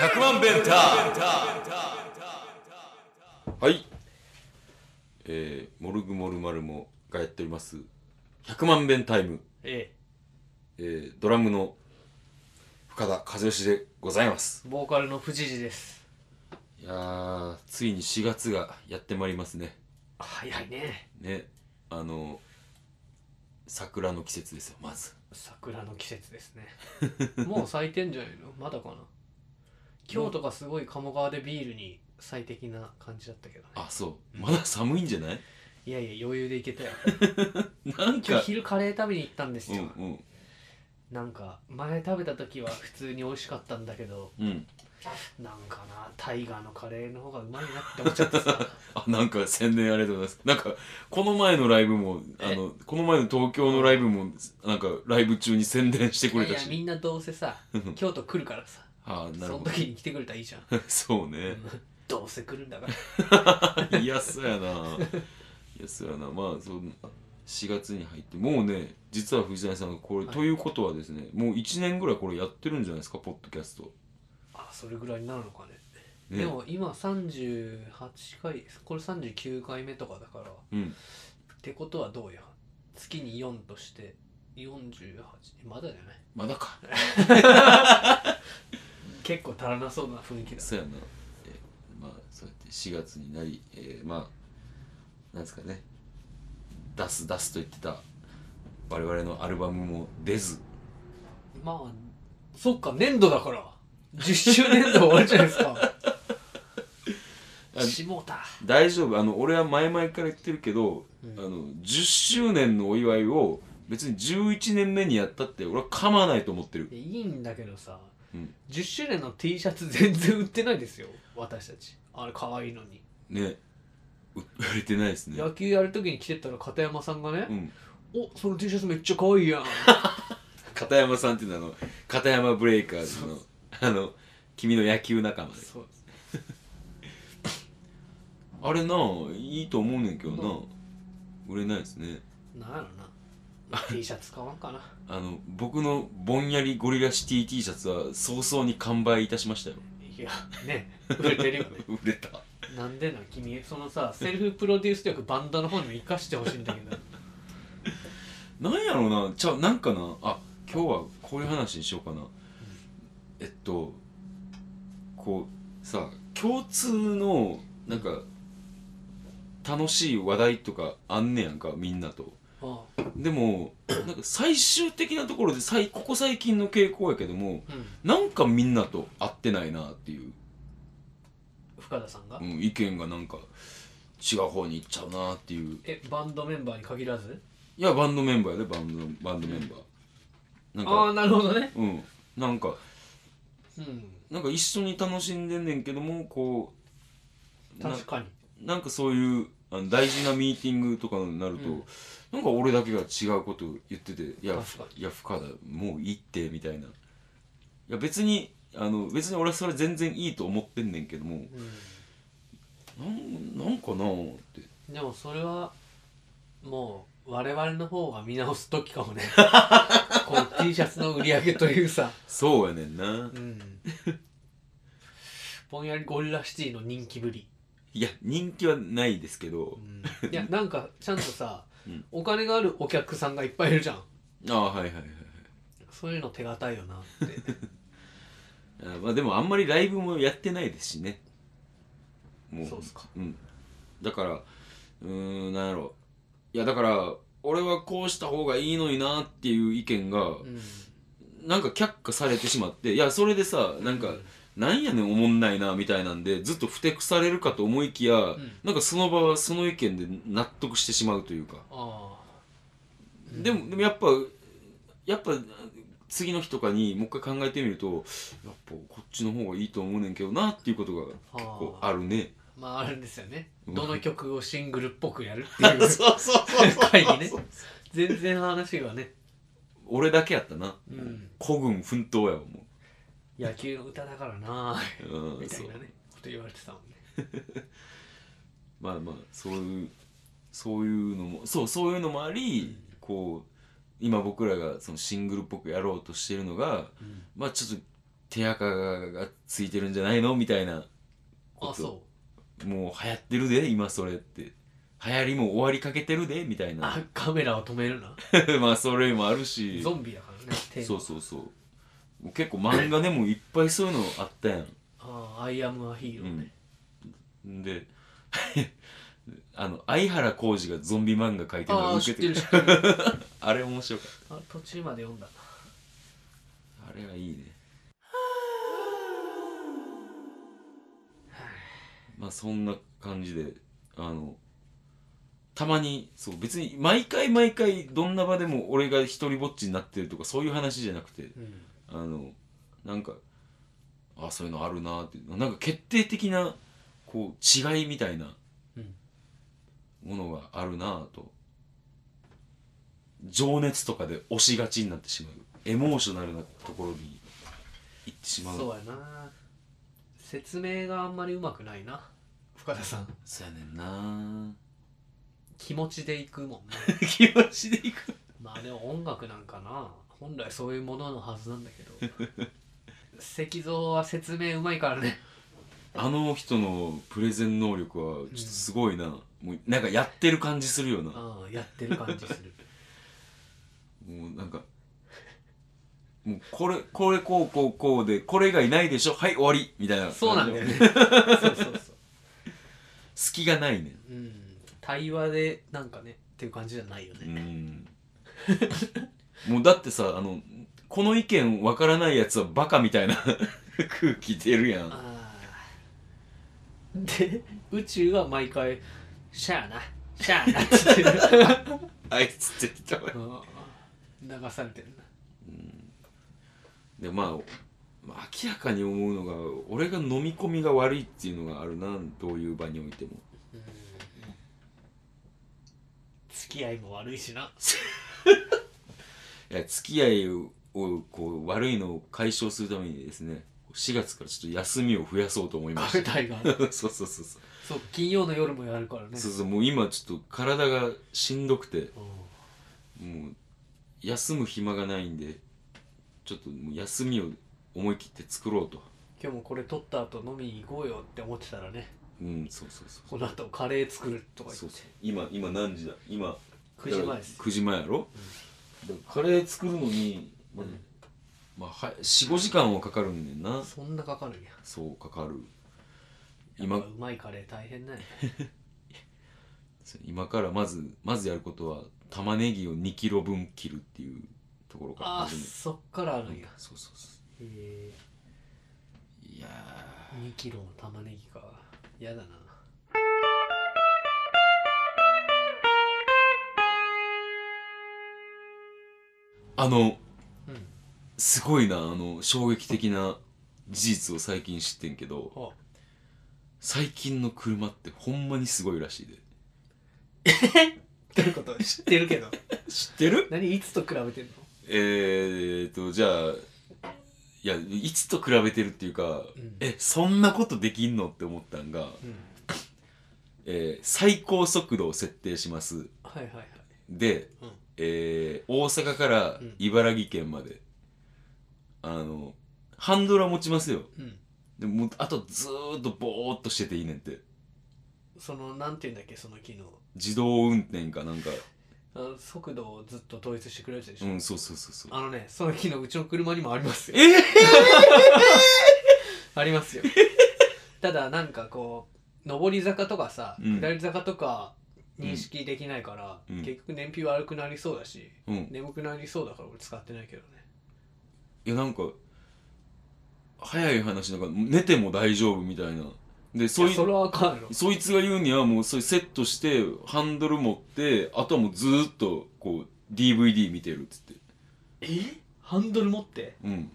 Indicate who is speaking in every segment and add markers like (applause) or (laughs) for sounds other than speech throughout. Speaker 1: 100万ベンタ
Speaker 2: はい。えー、モルグモルマルモがやっております、100万遍タイム、
Speaker 3: え
Speaker 2: えー、ドラムの深田和義でございます。
Speaker 3: え、ボーカルの藤次です。
Speaker 2: いやー、ついに4月がやってまいりますね。
Speaker 3: 早いね。
Speaker 2: ね、あの、桜の季節ですよ、まず。
Speaker 3: 桜の季節ですね。もう咲いてんじゃないのまだかな今日とかすごい鴨川でビールに最適な感じだったけどね。
Speaker 2: あ、そう。まだ寒いんじゃない
Speaker 3: いやいや、余裕で行けたよ。
Speaker 2: なんか
Speaker 3: 今日、昼カレー食べに行ったんです
Speaker 2: うん
Speaker 3: よ。
Speaker 2: うん。
Speaker 3: なんか、前食べた時は普通に美味しかったんだけど、
Speaker 2: うん。
Speaker 3: なんかな、タイガーのカレーの方がうまいなって思っちゃってさ。
Speaker 2: あ、なんか宣伝ありがとうございます。なんか、この前のライブも、あの、この前の東京のライブも、なんか、ライブ中に宣伝して
Speaker 3: い
Speaker 2: く
Speaker 3: や
Speaker 2: れ
Speaker 3: い
Speaker 2: た
Speaker 3: や、
Speaker 2: し。
Speaker 3: みんなどうせさ、京都来るからさ。
Speaker 2: ああ、なる
Speaker 3: その
Speaker 2: ほど。
Speaker 3: 時に来てくれたらいいじゃん。
Speaker 2: (laughs) そうね。
Speaker 3: どうせ来るんだから。
Speaker 2: 嫌そうやな。嫌そうやな。まあ、その4月に入って、もうね、実は藤谷さんがこれ、
Speaker 3: はい
Speaker 2: ということはですね、もう1年ぐらいこれやってるんじゃないですか、ポッドキャスト。
Speaker 3: あそれぐらいになるのかね
Speaker 2: ね
Speaker 3: でも今38回これ39回目とかだからっ
Speaker 2: うん。
Speaker 3: てことはどうや月に4として48まだじゃない
Speaker 2: まだか。
Speaker 3: 結構足らなそうな雰囲気だ
Speaker 2: そうやな。えまあ、そうやって4月になり、えーまあ、なんですかね、出す出すと言ってた、我々のアルバムも出ず、
Speaker 3: まあそっか年度だから10周年度終わるじゃないですか
Speaker 2: あ
Speaker 3: しもうた
Speaker 2: 大丈夫あの俺は前々から言ってるけど、あの10周年のお祝いを別に11年目にやったって俺は構わないと思ってる
Speaker 3: いやいいんだけどさ、
Speaker 2: うん
Speaker 3: 10周年の T シャツ全然売ってないですよ私たちあれ可愛いのに、
Speaker 2: ねう売れてないですね
Speaker 3: 野球やるときに着てったら片山さんがね、
Speaker 2: うん
Speaker 3: おその T シャツめっちゃ可愛い
Speaker 2: (laughs)
Speaker 3: やん
Speaker 2: 片山さんっていうのはあの片山ブレイカーズのあの君の野球仲間で
Speaker 3: そう
Speaker 2: あれないいと思うねんけどな、
Speaker 3: う
Speaker 2: 売れないですね
Speaker 3: なんやろな (laughs) T シャツ買わんかな
Speaker 2: あの僕のぼんやりゴリラシティ T シャツは早々に完売いたしましたよ
Speaker 3: いやね (laughs) 売れてるよね
Speaker 2: 売れた
Speaker 3: なんでなん君そのさセルフプロデュース力バンダの方にも生かしてほしいんだけど
Speaker 2: なんやろうなじゃあなんかなあ今日はこういう話にしようかな、えっとこうさ共通のなんか楽しい話題とかあんねやんかみんなと
Speaker 3: (laughs) あ
Speaker 2: でもなんか最終的なところでさいここ最近の傾向やけども
Speaker 3: あうん
Speaker 2: なんかみんなと合ってないなっていう、
Speaker 3: 深田さんが、
Speaker 2: うん、意見がなんか違う方に行っちゃうなっていう
Speaker 3: えバンドメンバーに限らず
Speaker 2: いやバンドメンバーやでバンドバンドメンバーなん
Speaker 3: あ
Speaker 2: か
Speaker 3: あなるほどね
Speaker 2: うんなんか
Speaker 3: うん
Speaker 2: なんか一緒に楽しんでんねんけどもこうな
Speaker 3: 確かに
Speaker 2: なんかそういうあの大事なミーティングとかになると、
Speaker 3: うん
Speaker 2: なんか俺だけが違うこと言ってて「いや
Speaker 3: 確か
Speaker 2: いや深田もういいって」みたいな「いや別にあの別に俺はそれ全然いいと思ってんねんけども
Speaker 3: う
Speaker 2: なんなんかなぁって
Speaker 3: んでもそれはもう我々の方が見直す時かもね (laughs) この T シャツの売り上げというさ
Speaker 2: そうやねんな
Speaker 3: (laughs) うんぼんやりゴリラシティの人気ぶり
Speaker 2: いや人気はないですけど、
Speaker 3: (laughs) いやなんかちゃんとさ、
Speaker 2: (laughs) うん
Speaker 3: お金があるお客さんがいっぱいいるじゃん
Speaker 2: ああはいはいはい
Speaker 3: そういうの手堅いよ
Speaker 2: (laughs)
Speaker 3: なって
Speaker 2: はいあまあでもあんまりライブもやってないですしねも
Speaker 3: そうっすか
Speaker 2: うん、だからうーんなんやろいやだから俺はこうした方がいいのになっていう意見が、
Speaker 3: うん
Speaker 2: なんか却下されてしまっていやそれでさなんか、
Speaker 3: うん
Speaker 2: なんやねんおもんないなみたいなんでずっとふてくされるかと思いきや、
Speaker 3: ん
Speaker 2: なんかその場はその意見で納得してしまうというか、
Speaker 3: あ
Speaker 2: でもでもやっぱやっぱ次の日とかにもう一回考えてみるとやっぱこっちの方がいいと思うねんけどなっていうことが結構あるね。
Speaker 3: あまああるんですよね
Speaker 2: うん
Speaker 3: どの曲をシングルっぽくやるっていう
Speaker 2: う (laughs) そう
Speaker 3: 回にね全然話がね、
Speaker 2: (laughs) 俺だけやったな。
Speaker 3: うん、
Speaker 2: 孤軍奮闘やわも
Speaker 3: 野球の歌だからな
Speaker 2: う。うん
Speaker 3: みた
Speaker 2: そ
Speaker 3: いうなねこと言われてたもんね
Speaker 2: まあまあそういうそういうのもそうそういうのもあり、こう今僕らがそのシングルっぽくやろうとしてるのが
Speaker 3: うん
Speaker 2: まあちょっと手垢がついてるんじゃないのみたいな
Speaker 3: あそ
Speaker 2: もう流行ってるで今それって流行りも終わりかけてるでみたいうな
Speaker 3: あカメラを止めるな
Speaker 2: (laughs) まあそれもあるし
Speaker 3: ゾンビだからねテーマ
Speaker 2: そうそうそうもう結構漫画でもいっぱいそういうのあったやん
Speaker 3: ああアイアムアヒーローね、
Speaker 2: うん、で (laughs) あの相原浩二がゾンビ漫画描いてるの
Speaker 3: あ
Speaker 2: が
Speaker 3: あ
Speaker 2: 受
Speaker 3: 知
Speaker 2: け
Speaker 3: っててる
Speaker 2: る
Speaker 3: 知ってる
Speaker 2: あれ面白かっ
Speaker 3: あ途中まで読んだな
Speaker 2: たあれはいいねまあそんな感じであのたまにそう別に毎回毎回どんな場でも俺が一人ぼっちになってるとかそういう話じゃなくて
Speaker 3: うん
Speaker 2: あのなんかあそういうのあるなってなんか決定的なこう違いみたいな
Speaker 3: うん
Speaker 2: ものがあるなと情熱とかで押しがちになってしまうエモーショナルなところに行ってしまう
Speaker 3: そうやな説明があんまりうまくないな深田さん
Speaker 2: そうやねんな
Speaker 3: 気持ちでいくもんね
Speaker 2: (laughs)
Speaker 3: (laughs)
Speaker 2: 気持ちでいく
Speaker 3: まあでも音楽なんかな本来そういうもののはずなんだけど石像は説明うまいからね
Speaker 2: あの人のプレゼン能力はちょっとすごいな、もうなんかやってる感じするよな
Speaker 3: うんやってる感じする
Speaker 2: もうなんか、もうこれ、これこうこうこうで、これ以外ないでしょはい、終わりみたいな。
Speaker 3: (laughs) そうなんだよ。 (laughs) ねそうそうそう
Speaker 2: 隙がないね。
Speaker 3: うん対話でなんかねっていう感じじゃないよ
Speaker 2: う
Speaker 3: ね、
Speaker 2: ん。もうだってさ、あの、この意見わからないやつはバカみたいな (laughs) 空気出るやん。
Speaker 3: あーで宇宙は毎回「しゃあなしゃあな」って言ってる (laughs)
Speaker 2: あいつって言った
Speaker 3: うん流されてるな
Speaker 2: で、まあ、まあ明らかに思うのが、俺が飲み込みが悪いっていうのがあるな、どういう場においても。
Speaker 3: うん付き合いも悪いしない
Speaker 2: や付き合いをこう悪いのを解消するためにですね4月からちょっと休みを増やそうと思いま
Speaker 3: カ
Speaker 2: し
Speaker 3: フェ
Speaker 2: た
Speaker 3: タイが
Speaker 2: (laughs) そうそうそうそう,、
Speaker 3: そう金曜の夜もやるからね
Speaker 2: そうそうもう今ちょっと体がしんどくて
Speaker 3: う
Speaker 2: もう休む暇がないんでちょっともう休みを思い切って作ろうと
Speaker 3: ん今日もこれ撮った後飲みに行こうよって思ってたらね
Speaker 2: うんそうそうそう
Speaker 3: この後カレー作るとか
Speaker 2: そう
Speaker 3: 言
Speaker 2: そう
Speaker 3: って
Speaker 2: 今今何時だ今
Speaker 3: 9時前です
Speaker 2: 9時前やろ、だからカレー作るのに、まあまあは45時間はかかるんねんな
Speaker 3: そんなかかるんや
Speaker 2: そうかかる
Speaker 3: 今
Speaker 2: 今
Speaker 3: うまいカレー大変だよね
Speaker 2: 今からまずまずやることは玉ねぎを2キロ分切るっていうところから
Speaker 3: ああ
Speaker 2: 始める
Speaker 3: そっからあるんや
Speaker 2: そうそうそ
Speaker 3: え
Speaker 2: ういや
Speaker 3: ー、2キロの玉ねぎかやだな
Speaker 2: ーあの
Speaker 3: うん
Speaker 2: すごいなあの衝撃的な事実を最近知ってんけど
Speaker 3: あ
Speaker 2: 最近の車ってほんまにすごいらしいで
Speaker 3: どういうこと知ってるけど
Speaker 2: 知ってる
Speaker 3: 何いつと比べてんの
Speaker 2: えーっとじゃあいやいつと比べてるっていうか、
Speaker 3: うん
Speaker 2: えそんなことできんのって思ったんが、
Speaker 3: うん
Speaker 2: えー最高速度を設定します
Speaker 3: はいはいはい
Speaker 2: で、
Speaker 3: うん
Speaker 2: えー大阪から
Speaker 3: うん
Speaker 2: 茨城県まで、あのハンドルは持ちますよ
Speaker 3: うん
Speaker 2: でもうあとずーっとボーっとしてていいねんって
Speaker 3: そのなんていうんだっけその機能
Speaker 2: 自動運転かなんか
Speaker 3: あの速度をずっと統一してくれるやつでし
Speaker 2: う
Speaker 3: ょ、
Speaker 2: んそうそうそうそう
Speaker 3: あのねその機能うちの車にもあ
Speaker 2: (laughs)
Speaker 3: りますよ
Speaker 2: ええ
Speaker 3: ありますよただなんかこう上り坂とかさ、
Speaker 2: うん
Speaker 3: 下り坂とか認識できないから、
Speaker 2: うん
Speaker 3: 結局燃費悪くなりそうだし、
Speaker 2: うん
Speaker 3: 眠くなりそうだから俺使ってないけどね
Speaker 2: いやなんか早い話なんか寝ても大丈夫みたいなでそ
Speaker 3: そ
Speaker 2: い
Speaker 3: それはあかんやろ
Speaker 2: そいつが言うにはもうそれセットしてハンドル持ってあとはもうずーっとこう DVD 見てるっつって
Speaker 3: えハンドル持って
Speaker 2: うん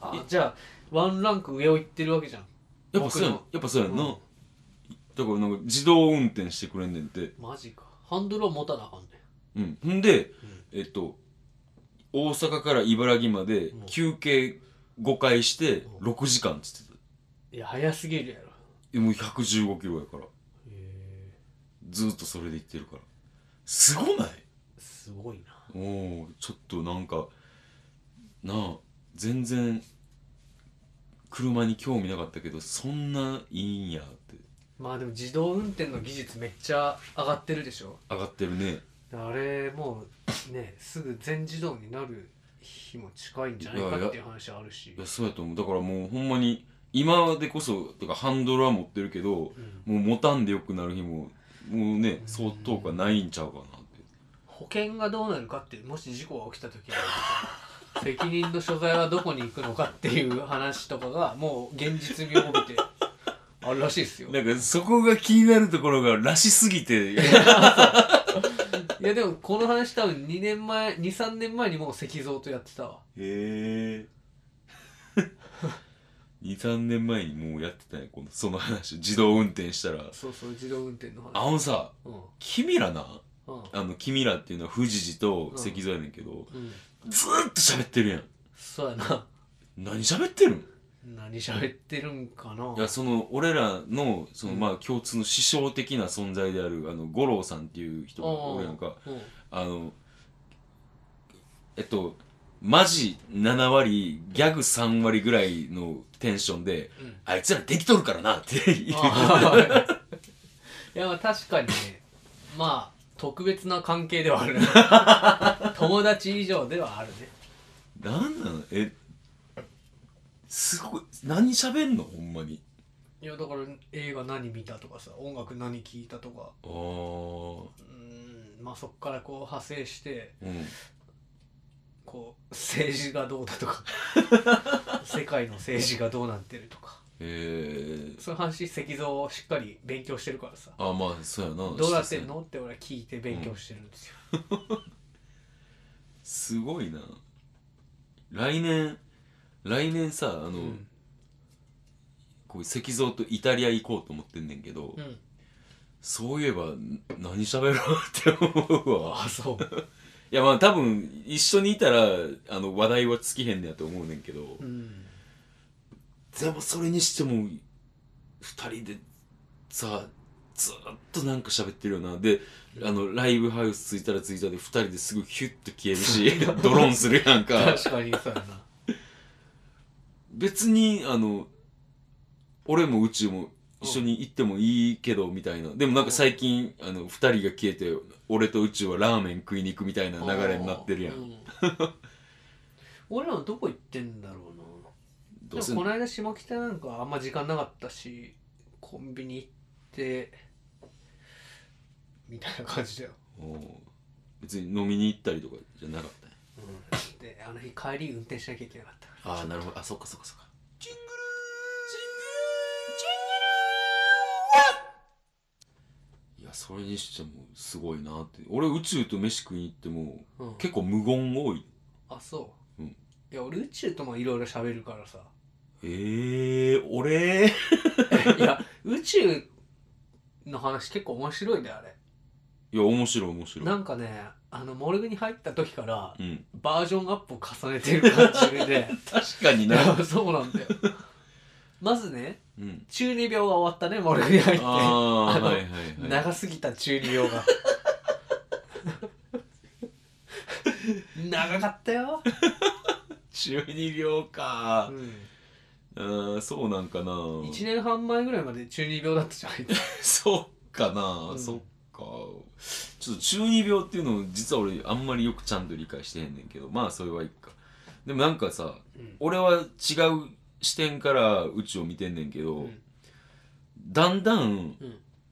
Speaker 3: あじゃあワンランク上を行ってるわけじゃん
Speaker 2: やっぱそうやん
Speaker 3: 僕
Speaker 2: やっぱそうやんな、
Speaker 3: うん
Speaker 2: だからなんか自動運転してくれんねんて
Speaker 3: マジかハンドルを持たなあかんね
Speaker 2: うんほんで、
Speaker 3: うん
Speaker 2: えっと大阪から茨城まで
Speaker 3: うん
Speaker 2: 休憩5回して
Speaker 3: うん
Speaker 2: 6時間っつってた
Speaker 3: いや早すぎるやろ
Speaker 2: でもう115キロやから
Speaker 3: へえ
Speaker 2: ずーっとそれで行ってるからすごない
Speaker 3: すごいな
Speaker 2: おおちょっとなんかなあ全然車に興味なかったけどそんないいんやって
Speaker 3: まあでも自動運転の技術めっちゃ上がってるでしょ
Speaker 2: 上がってるね
Speaker 3: あれもうねすぐ全自動になる日も近いんじゃないかっていう話あるし
Speaker 2: いやそうやと思うだからもうほんまに今でこそとかハンドルは持ってるけど
Speaker 3: うん
Speaker 2: もう持たんでよくなる日ももうね
Speaker 3: うん
Speaker 2: 相当がないんちゃうかなって
Speaker 3: 保険がどうなるかってもし事故が起きた時に責任の所在はどこに行くのかっていう話とかがもう現実味を帯びてあるらしいですよ
Speaker 2: なんかそこが気になるところがらしすぎて
Speaker 3: いやでもこの話多分2年前23年前にもう石像とやってたわ
Speaker 2: (laughs) へえ23年前にもうやってたんやこのその話自動運転したら
Speaker 3: そうそう自動運転の
Speaker 2: あ
Speaker 3: 話
Speaker 2: のさ
Speaker 3: うん
Speaker 2: 君らな
Speaker 3: うん
Speaker 2: あの君らっていうのは富士寺と石像やねんけど、
Speaker 3: うん
Speaker 2: ずーっと喋ってるやん
Speaker 3: そうやな
Speaker 2: 何喋ってるん
Speaker 3: 何喋ってるんかない
Speaker 2: やその俺らのその
Speaker 3: うん
Speaker 2: まあ共通の師匠的な存在であるあの五郎さんっていう人が
Speaker 3: うん
Speaker 2: 俺なんか
Speaker 3: うん
Speaker 2: あのえっとマジ7割ギャグ3割ぐらいのテンションで
Speaker 3: うん
Speaker 2: あいつらできとるからなって言う
Speaker 3: (laughs) あ (laughs) あいやまあ確かにねまあ特別な関係ではあるね (laughs) 友達以上ではあるね
Speaker 2: なんなのえすごい何喋んのほんまに
Speaker 3: いやだから映画何見たとかさ音楽何聞いたとか
Speaker 2: ああ
Speaker 3: うーんまあそっからこう派生して
Speaker 2: うん
Speaker 3: こう政治がどうだと (laughs) か世界の政治がどうなってるとか
Speaker 2: えー、
Speaker 3: その話石像をしっかり勉強してるからさ
Speaker 2: あまあそうやな
Speaker 3: どうなってんのって俺は聞いて勉強してるんですよ、
Speaker 2: すごいな来年来年さあの、
Speaker 3: うん
Speaker 2: こう石像とイタリア行こうと思ってんねんけど、
Speaker 3: うん、
Speaker 2: そういえばん何喋ろうって思うわ
Speaker 3: ああそう
Speaker 2: いやまあ多分一緒にいたらあの話題は尽きへんねやと思うねんけど、
Speaker 3: うん
Speaker 2: でもそれにしても二人でさずーっとなんか喋ってるよなであのライブハウス着いたら着いたで二人ですぐヒュッと消え
Speaker 3: (laughs)
Speaker 2: るしドローンするやんか
Speaker 3: 確かにそうやな
Speaker 2: 別にあの俺も宇宙も一緒に行ってもいいけどみたいなでもなんか最近あの2人が消えて俺と宇宙はラーメン食いに行くみたいな流れになってるや
Speaker 3: うんん俺らのどこ行ってんだろうな
Speaker 2: どう
Speaker 3: で
Speaker 2: せ
Speaker 3: もこの間下北なんかあんま時間なかったしコンビニ行ってみたいな感じだよ、
Speaker 2: おう別に飲みに行ったりとかじゃなかったね
Speaker 3: うん、であの日帰り運転しなきゃいけなかったから
Speaker 2: ああなるほどあそっかそっかそっかジングルジングルいやそれにしてもすごいなって俺宇宙と飯食いに行っても
Speaker 3: うん
Speaker 2: 結構無言多い
Speaker 3: あそう、
Speaker 2: うん
Speaker 3: いや俺宇宙ともいろいろ喋るからさ
Speaker 2: ええー、俺
Speaker 3: いや宇宙の話結構面白いねあれ
Speaker 2: いや、面白い面白い。
Speaker 3: なんかねあのモルグに入った時から
Speaker 2: うん。
Speaker 3: バージョンアップを重ねてる感じで
Speaker 2: 確かに
Speaker 3: い
Speaker 2: な。
Speaker 3: や (laughs) そうなんだよまずね
Speaker 2: うん。
Speaker 3: 中二病が終わったねモルグに入っ
Speaker 2: (laughs)
Speaker 3: て、
Speaker 2: あ
Speaker 3: あ
Speaker 2: あ、
Speaker 3: の
Speaker 2: はいはいはい。
Speaker 3: 長すぎた中二病が長かったよ、
Speaker 2: 中二病
Speaker 3: う
Speaker 2: か。
Speaker 3: ん、
Speaker 2: うん、そうなんかな。
Speaker 3: 1年半前ぐらいまで中二病だったじゃない
Speaker 2: そうかな、
Speaker 3: うん
Speaker 2: そっか。ちょっと中二病っていうのを実は俺あんまりよくちゃんと理解してへんねんけど、まあそれはいいか。でもなんかさ、
Speaker 3: うん
Speaker 2: 俺は違う視点から宇宙を見てんねんけど、
Speaker 3: うん
Speaker 2: だんだん
Speaker 3: うん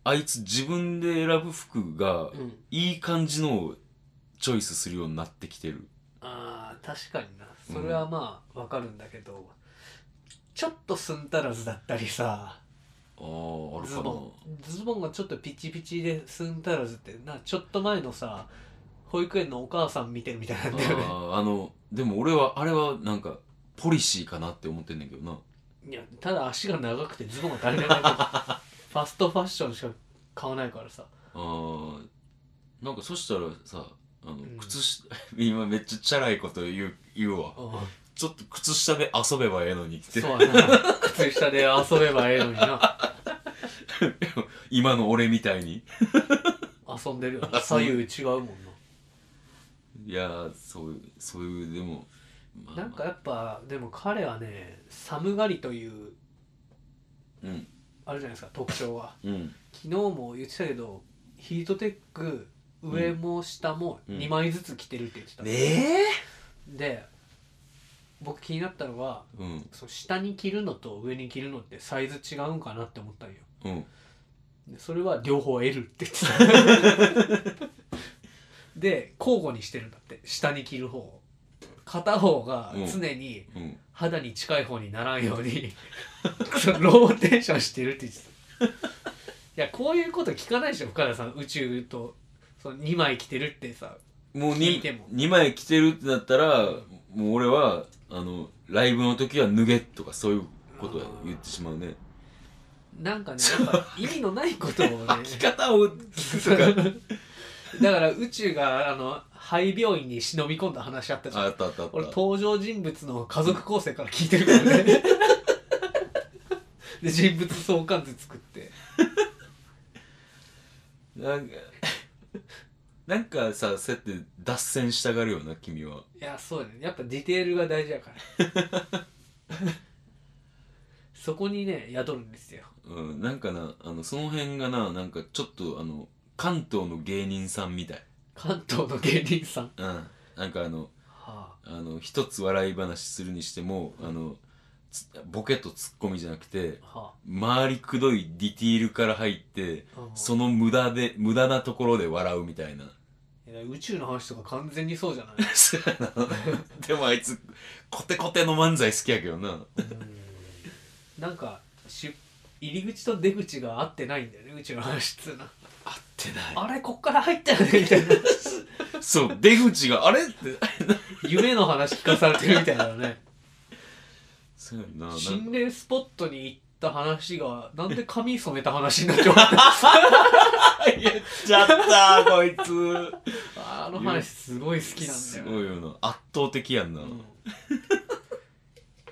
Speaker 2: あいつ自分で選ぶ服が
Speaker 3: うん
Speaker 2: いい感じのをチョイスするようになってきてる。
Speaker 3: あー確かになそれはまあわかるんだけど、ちょっとすんたらずだったりさ
Speaker 2: ああ、あるか
Speaker 3: ズ
Speaker 2: な。
Speaker 3: ボンズボンがちょっとピチピチですんたらずってなちょっと前のさ保育園のお母さん見てるみたいなんだよね
Speaker 2: あーあのでも俺はあれはなんかポリシーかなって思ってんねんけどない
Speaker 3: やただ足が長くてズボンが足りない
Speaker 2: (laughs)
Speaker 3: だけファストファッションしか買わないからさ
Speaker 2: あーなんかそしたらさあの
Speaker 3: ん
Speaker 2: 靴下、 (laughs) 今めっちゃチャラいこと言う言うわちょっと靴下で遊べばええのにって
Speaker 3: そうやな靴下で遊べばええのにな
Speaker 2: 今の俺みたいに (laughs)
Speaker 3: 遊んでるよな左右違うもんない
Speaker 2: いやーそうそういうでも、まあ
Speaker 3: なんかやっぱでも彼はね寒がりという
Speaker 2: うん
Speaker 3: あるじゃないですか特徴が
Speaker 2: うん
Speaker 3: 昨日も言ってたけどヒートテック上も下も
Speaker 2: うん
Speaker 3: 2枚ずつ着てるって言ってた、
Speaker 2: ねえ
Speaker 3: で僕気になったのは
Speaker 2: うん
Speaker 3: その下に着るのと上に着るのってサイズ違うんかなって思ったんよ
Speaker 2: うん
Speaker 3: でそれは両方 L って言ってたで交互にしてるんだって下に着る方を片方が常に
Speaker 2: うん
Speaker 3: 肌に近い方にならんようにそのローテーションしてるって言ってたいやこういうこと聞かないでしょ深田さん宇宙とその2枚着てるってさ
Speaker 2: もう
Speaker 3: 聞いても
Speaker 2: 2, 二枚着てるってなったらもう俺はあのライブの時は脱げとかそういうことは言ってしまうね
Speaker 3: なんかねやっぱ意味のないことをね
Speaker 2: 着方を聞くとか
Speaker 3: (laughs) だから宇宙があの肺病院に忍び込んだ話あったじゃん
Speaker 2: (laughs) あったあったあった
Speaker 3: 俺登場人物の家族構成から聞いてるからね (laughs) で人物相関図作って
Speaker 2: なんかなんかさそうやって脱線したがるよな君はい
Speaker 3: やそうだねやっぱディテールが大事やから (laughs) そこにね宿るんですよ
Speaker 2: うんなんかなあのその辺がななんかちょっとあの関東の芸人さんみたい
Speaker 3: 関東の芸人さん、は
Speaker 2: うんなんかあの
Speaker 3: あ、
Speaker 2: あの一つ笑い話するにしてもあのつボケとツッコミじゃなくて
Speaker 3: は
Speaker 2: 回りくどいディティールから入って
Speaker 3: あうん
Speaker 2: その無駄で無駄なところで笑うみたいな (laughs)
Speaker 3: いや宇宙の話とか完全にそうじゃない
Speaker 2: そうやなでもあいつコテコテの漫才好きやけどな
Speaker 3: うんなんかし入り口と出口が合ってないんだよね宇宙の話っつうのは
Speaker 2: 合ってない
Speaker 3: あれこっから入ったよねみたいな
Speaker 2: そう、出口があれって。
Speaker 3: 夢の話聞かされてるみたいなね
Speaker 2: (laughs) そうやな。なん
Speaker 3: 心霊スポットに行った話がなんで髪染めた話になっちゃった
Speaker 2: (laughs) 言っちゃったこいつ。
Speaker 3: あの話すごい好きなんだ
Speaker 2: す
Speaker 3: よ
Speaker 2: ごいよな。圧倒的やんな。
Speaker 3: うん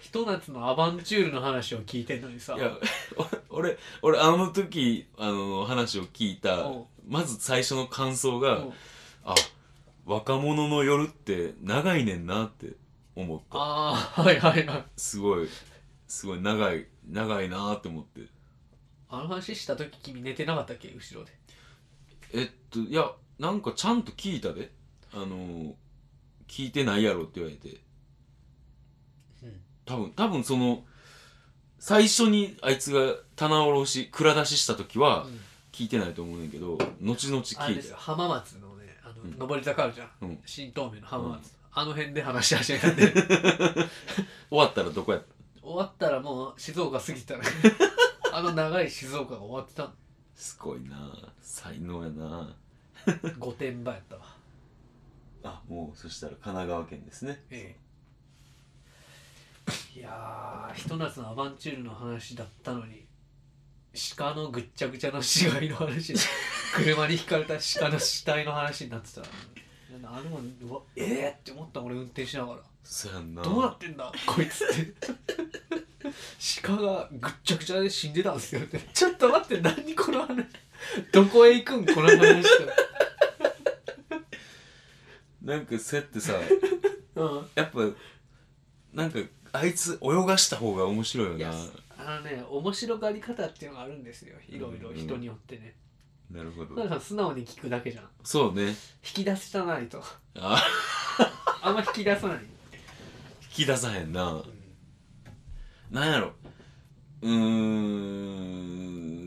Speaker 3: ひと夏のアバンチュールの話を聞いてんのにさ
Speaker 2: いや、俺、俺、俺あの時、あの、話を聞いた
Speaker 3: うん、
Speaker 2: まず最初の感想が
Speaker 3: うん、
Speaker 2: あ、若者の夜って長いねんなって思った。
Speaker 3: ああはいはいはい
Speaker 2: すごい、すごい長い、長いなって思って。
Speaker 3: あの話した時君寝てなかったっけ後ろで
Speaker 2: えっと、いや、なんかちゃんと聞いたで。あの、聞いてないやろって言われて。多分多分その最初にあいつが棚卸し蔵出しした時は
Speaker 3: うん
Speaker 2: 聞いてないと思うねんけど後々
Speaker 3: あ
Speaker 2: 聞
Speaker 3: れで
Speaker 2: い
Speaker 3: す
Speaker 2: て
Speaker 3: よ浜松のねあの、
Speaker 2: うん
Speaker 3: 上り坂あるじゃん、
Speaker 2: うん
Speaker 3: 新東名の浜松、あの辺で話し始めたん
Speaker 2: (laughs)
Speaker 3: で
Speaker 2: 終わったらどこやった
Speaker 3: 終わったらもう静岡過ぎた
Speaker 2: (laughs)
Speaker 3: らあの長い静岡が終わってたの
Speaker 2: すごいな才能やな
Speaker 3: 御殿場やったわ
Speaker 2: あもうそしたら神奈川県ですね
Speaker 3: ええいやーひと夏のアバンチュールの話だったのに鹿のぐっちゃぐちゃの死骸
Speaker 2: (laughs)
Speaker 3: の話車にひかれた鹿の死体の話になってたなんかあれもうわええって思った俺運転しながら
Speaker 2: そやんな
Speaker 3: どうなってんだこいつって鹿がぐっちゃぐちゃで死んでたんですよってちょっと待って何この話どこへ行くんこの話って
Speaker 2: なんかそうやって
Speaker 3: (laughs)
Speaker 2: さ
Speaker 3: うん
Speaker 2: やっぱなんかあいつ泳がした方が面白いよ
Speaker 3: いや
Speaker 2: な
Speaker 3: あのね面白がり方っていうのがあるんですよいろいろ人によってね
Speaker 2: なるほ
Speaker 3: だ
Speaker 2: ど
Speaker 3: から素直に聞くだけじゃん
Speaker 2: そうね
Speaker 3: 引き出さないと
Speaker 2: (laughs) あ
Speaker 3: あんま引き出さない、
Speaker 2: 引き出さへんななんやろうー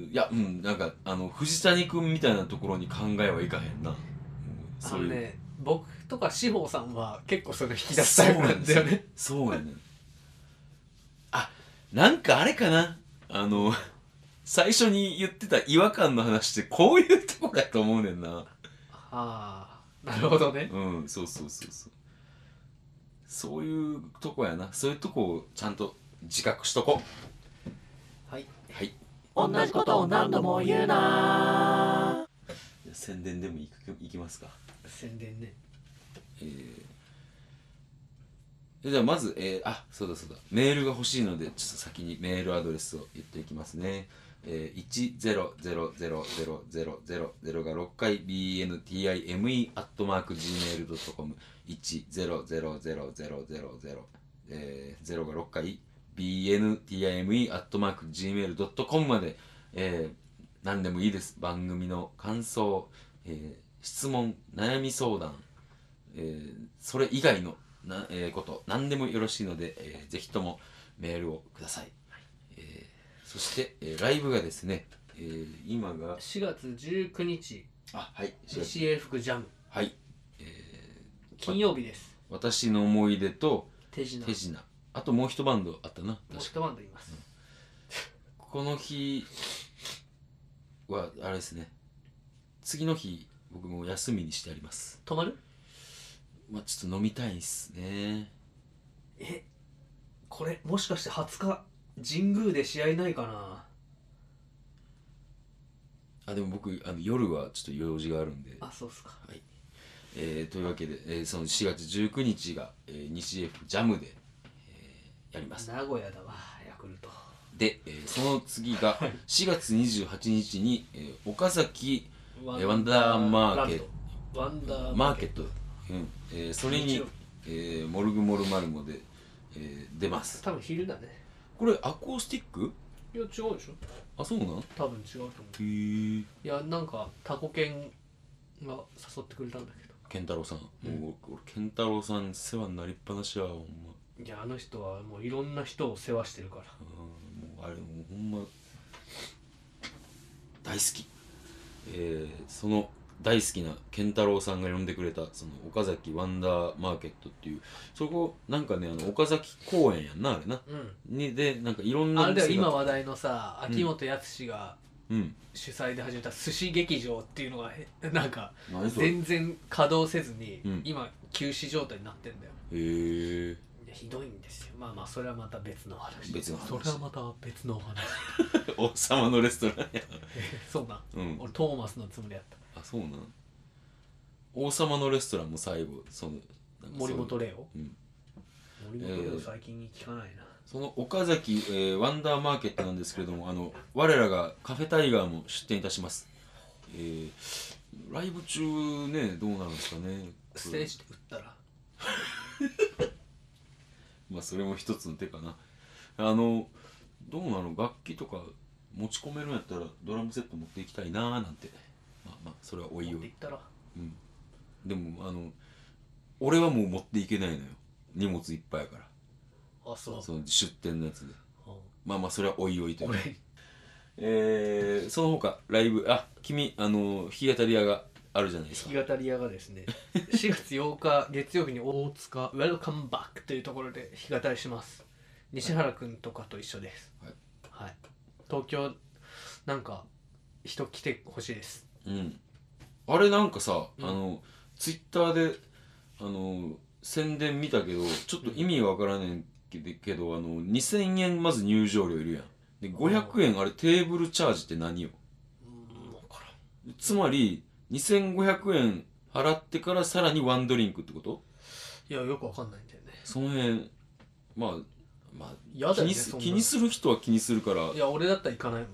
Speaker 2: んいやうんなんかあの藤谷君みたいなところに考えはいかへんな、うん
Speaker 3: あ
Speaker 2: そ
Speaker 3: の
Speaker 2: ういう
Speaker 3: ね僕とか志保さんは結構それ引き出す
Speaker 2: そう
Speaker 3: タイプ
Speaker 2: な
Speaker 3: なんん
Speaker 2: です
Speaker 3: だ
Speaker 2: よ
Speaker 3: よね
Speaker 2: そうやねんあなんかあれかなあの最初に言ってた違和感の話ってこういうところやと思うねんな
Speaker 3: ああなるほどね
Speaker 2: うんそうそうそうそうそういうとこやなそういうとこをちゃんと自覚しとこ
Speaker 3: はい
Speaker 2: はい
Speaker 4: 同じことを何度も言うな
Speaker 2: じゃあ宣伝でもいくいきますか
Speaker 3: 宣伝ね
Speaker 2: えーじゃあまず、えーあそうだそうだメールが欲しいのでちょっと先にメールアドレスを言っていきますねえー、1000000が6回 bntime.gmail.com 1000000えー、0が6回 bntime.gmail.com まで、えー、何でもいいです番組の感想、えー、質問悩み相談、えー、それ以外のな、えー、こと何でもよろしいので、えー、ぜひともメールをください、えー、そして、えー、ライブがですね、えー、今が
Speaker 3: 4月19日
Speaker 2: あはい4月
Speaker 3: CA 服ジャム
Speaker 2: はい
Speaker 3: 金曜日です
Speaker 2: 私の思い出と
Speaker 3: 手品
Speaker 2: 手品あともう一バンドあったな
Speaker 3: モ
Speaker 2: 確
Speaker 3: ス
Speaker 2: か
Speaker 3: トバンドいます
Speaker 2: この日はあれですね次の日僕もう休みにしてあります
Speaker 3: 泊まる
Speaker 2: まあちょっと飲みたいっすね
Speaker 3: えこれもしかして20日神宮で試合ないかな
Speaker 2: あでも僕あの夜はちょっと用事があるんで、
Speaker 3: あそうっすか
Speaker 2: えーというわけで、えーその4月19日が、えー、西 F ジャムで、えーやります
Speaker 3: 名古屋だわヤクルト
Speaker 2: で、えーその次が4月28日に、えー岡崎
Speaker 3: ワ
Speaker 2: えワンダーマーケット
Speaker 3: トワンダー
Speaker 2: マーケット、うんえーそれ
Speaker 3: 日
Speaker 2: に
Speaker 3: 曜、
Speaker 2: えーモルグモルマルモで、えー出ます
Speaker 3: 多分昼だね
Speaker 2: これアコースティック
Speaker 3: いや違うでしょ
Speaker 2: あそうなんへ
Speaker 3: 多分違うと思う
Speaker 2: え
Speaker 3: いやなんかタコ犬が誘ってくれたんだけど
Speaker 2: 健太郎さん、もう俺健太郎さん世話になりっぱなしやほんま
Speaker 3: いやあの人はもういろんな人を世話してるから
Speaker 2: うんもうあれもうほんま大好きえーその大好きな健太郎さんが呼んでくれたその岡崎ワンダーマーケットっていうそこなんかねあの岡崎公園やんなあれな
Speaker 3: うん
Speaker 2: にでなんかいろんな
Speaker 3: あれだよ
Speaker 2: 店が
Speaker 3: 今話題のさ秋元康が
Speaker 2: うん
Speaker 3: 主催で始めた寿司劇場っていうのがへなんか
Speaker 2: 何それへ
Speaker 3: 全然稼働せずに
Speaker 2: うん
Speaker 3: 今休止状態になってんだよ
Speaker 2: え
Speaker 3: いやひどいんですよまあまあそれはまた別の話
Speaker 2: 別の話
Speaker 3: それはまた別のお話
Speaker 2: 王様のレストランや (laughs)
Speaker 3: そうなん
Speaker 2: うん
Speaker 3: 俺トーマスのつもりやった
Speaker 2: あそうなん王様のレストランも最後そのなんかそうい
Speaker 3: 森
Speaker 2: う
Speaker 3: 本レオ
Speaker 2: うん
Speaker 3: 森本レオ最近聞かないな、
Speaker 2: その岡崎、えーワンダーマーケットなんですけれどもあの我らがカフェタイガーも出店いたします、えーライブ中ねどうなるんですかね
Speaker 3: ステージで打ったら
Speaker 2: まあそれも一つの手かなあのどうなの楽器とか持ち込めるんやったらドラムセット持っていきたいなーなんてまあまあそれはおいお
Speaker 3: 持ってい
Speaker 2: い
Speaker 3: ったら
Speaker 2: でもあの俺はもう持っていけないのよ荷物いっぱいやから
Speaker 3: あそう
Speaker 2: その出店のやつで
Speaker 3: う
Speaker 2: まあまあそれはおいおいとい
Speaker 3: ん
Speaker 2: う
Speaker 3: 俺
Speaker 2: えー、その他ライブあ君あの弾き語り屋があるじゃないですか
Speaker 3: 弾き語り屋がですね4月8日月曜日に大塚ウェルカムバックというところで弾き語りします西原君とかと一緒です
Speaker 2: はい、
Speaker 3: はい東京なんか人来てほしいです
Speaker 2: うんあれなんかさ、
Speaker 3: うん
Speaker 2: あのツイッターであの宣伝見たけどちょっと意味わからないけどあの2000円まず入場料いるやんで500円あれテーブルチャージって何よ
Speaker 3: うん分からん
Speaker 2: つまり2500円払ってからさらにワンドリンクってこと
Speaker 3: いやよくわかんないんだよね
Speaker 2: その辺まあまあ
Speaker 3: やだ
Speaker 2: 気
Speaker 3: よね
Speaker 2: にす
Speaker 3: そんな
Speaker 2: 気にする人は気にするから
Speaker 3: いや俺だったら行かないもん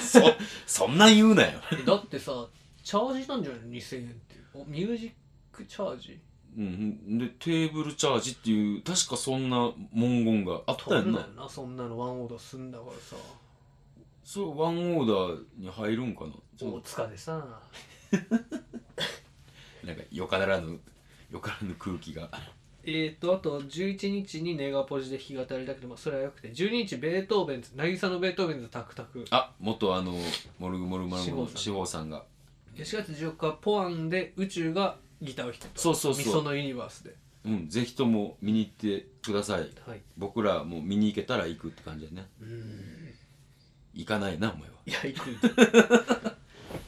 Speaker 2: そ (laughs) そんなん言うなよ
Speaker 3: えだってさチャージなんじゃない2000円っておミュージックチャージ
Speaker 2: うん、でテーブルチャージっていう確かそんな文言があった
Speaker 3: 取
Speaker 2: や
Speaker 3: る
Speaker 2: ん
Speaker 3: な
Speaker 2: な
Speaker 3: よなそんなのワンオーダーすんだからさ
Speaker 2: それワンオーダーに入るんかな
Speaker 3: 大塚でさ
Speaker 2: なんかよからぬ (laughs) よからぬ空気が
Speaker 3: えー、とあと11日にネガポジで弾き語りだけど、まあ、それはよくて12日ベートーベンズ渚のベートーベンズタクタク
Speaker 2: あ元あのモルグモルマルモの
Speaker 3: 志
Speaker 2: 志保さんが
Speaker 3: で4月14日ポアンで宇宙がギターを弾くと
Speaker 2: そうそう
Speaker 3: ミソ
Speaker 2: そう、
Speaker 3: のユニバースで、
Speaker 2: うん、ぜひとも見に行ってください
Speaker 3: はい、
Speaker 2: 僕らもう見に行けたら行くって感じだね行かないなお前はい
Speaker 3: や行く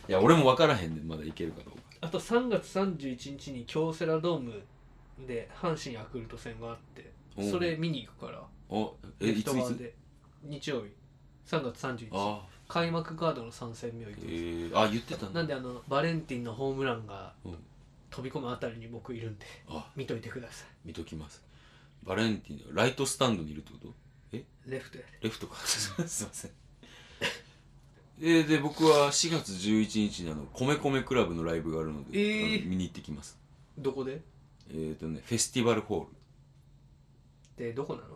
Speaker 2: いや俺も分からへんねんまだ行けるかどうか
Speaker 3: あと3月31日に京セラドームで阪神ヤクルト戦があって
Speaker 2: おう
Speaker 3: それ見に行くから
Speaker 2: おえいつい
Speaker 3: 一晩
Speaker 2: つ
Speaker 3: で日曜日3月31日
Speaker 2: あ
Speaker 3: 開幕カードの3戦目を行
Speaker 2: え
Speaker 3: く
Speaker 2: ー、あ言ってたん
Speaker 3: な
Speaker 2: だ
Speaker 3: んであのバレンティンのホームランが
Speaker 2: うん
Speaker 3: 飛び込むあたりに僕いるんで
Speaker 2: あ
Speaker 3: 見といてくださ
Speaker 2: 見ときますバレンティンライトスタンドにいるってこと
Speaker 3: いレフトやで
Speaker 2: レフトかすいませんえーで僕は4月11日にあの米米クラブのライブがあるので、
Speaker 3: えー
Speaker 2: あの見に行ってきます
Speaker 3: どこで
Speaker 2: えっ、とねフェスティバルホール、
Speaker 3: でどこなの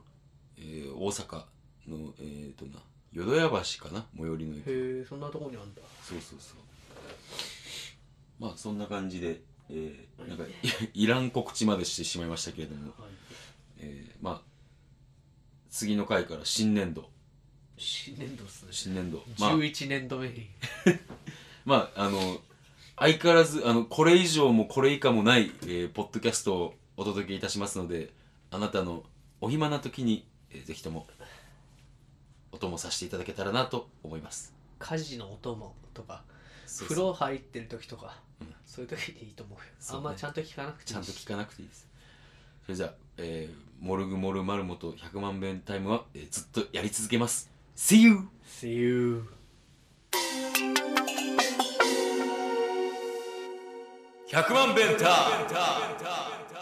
Speaker 2: えー大阪のえっ、とな淀屋橋かな最寄りの駅
Speaker 3: へえそんなとこにあんだ
Speaker 2: そうそうそうまあそんな感じで、えーなんかい (laughs) いらん告知までしてしまいましたけれども、
Speaker 3: はい
Speaker 2: えーまあ次の回から新年度
Speaker 3: 新年度っすね
Speaker 2: 新年度まあ
Speaker 3: 11年度目に
Speaker 2: まああの相変わらずあのこれ以上もこれ以下もない、えーポッドキャストをお届けいたしますのであなたのお暇な時に、えーぜひともお供させていただけたらなと思います
Speaker 3: 家事のお供とか
Speaker 2: そうそう
Speaker 3: 風呂入ってる時とか、
Speaker 2: うん
Speaker 3: そういう時でいいと思うよ
Speaker 2: そう
Speaker 3: あん
Speaker 2: ね
Speaker 3: まちゃんと聞かなくてい
Speaker 2: ちゃ
Speaker 3: い
Speaker 2: んと
Speaker 3: し
Speaker 2: 聞かなくていいですそれじゃあ、えーモルグモルマルモと100万遍タイムは、えーずっとやり続けます See you!
Speaker 3: See you
Speaker 1: 100万ベンター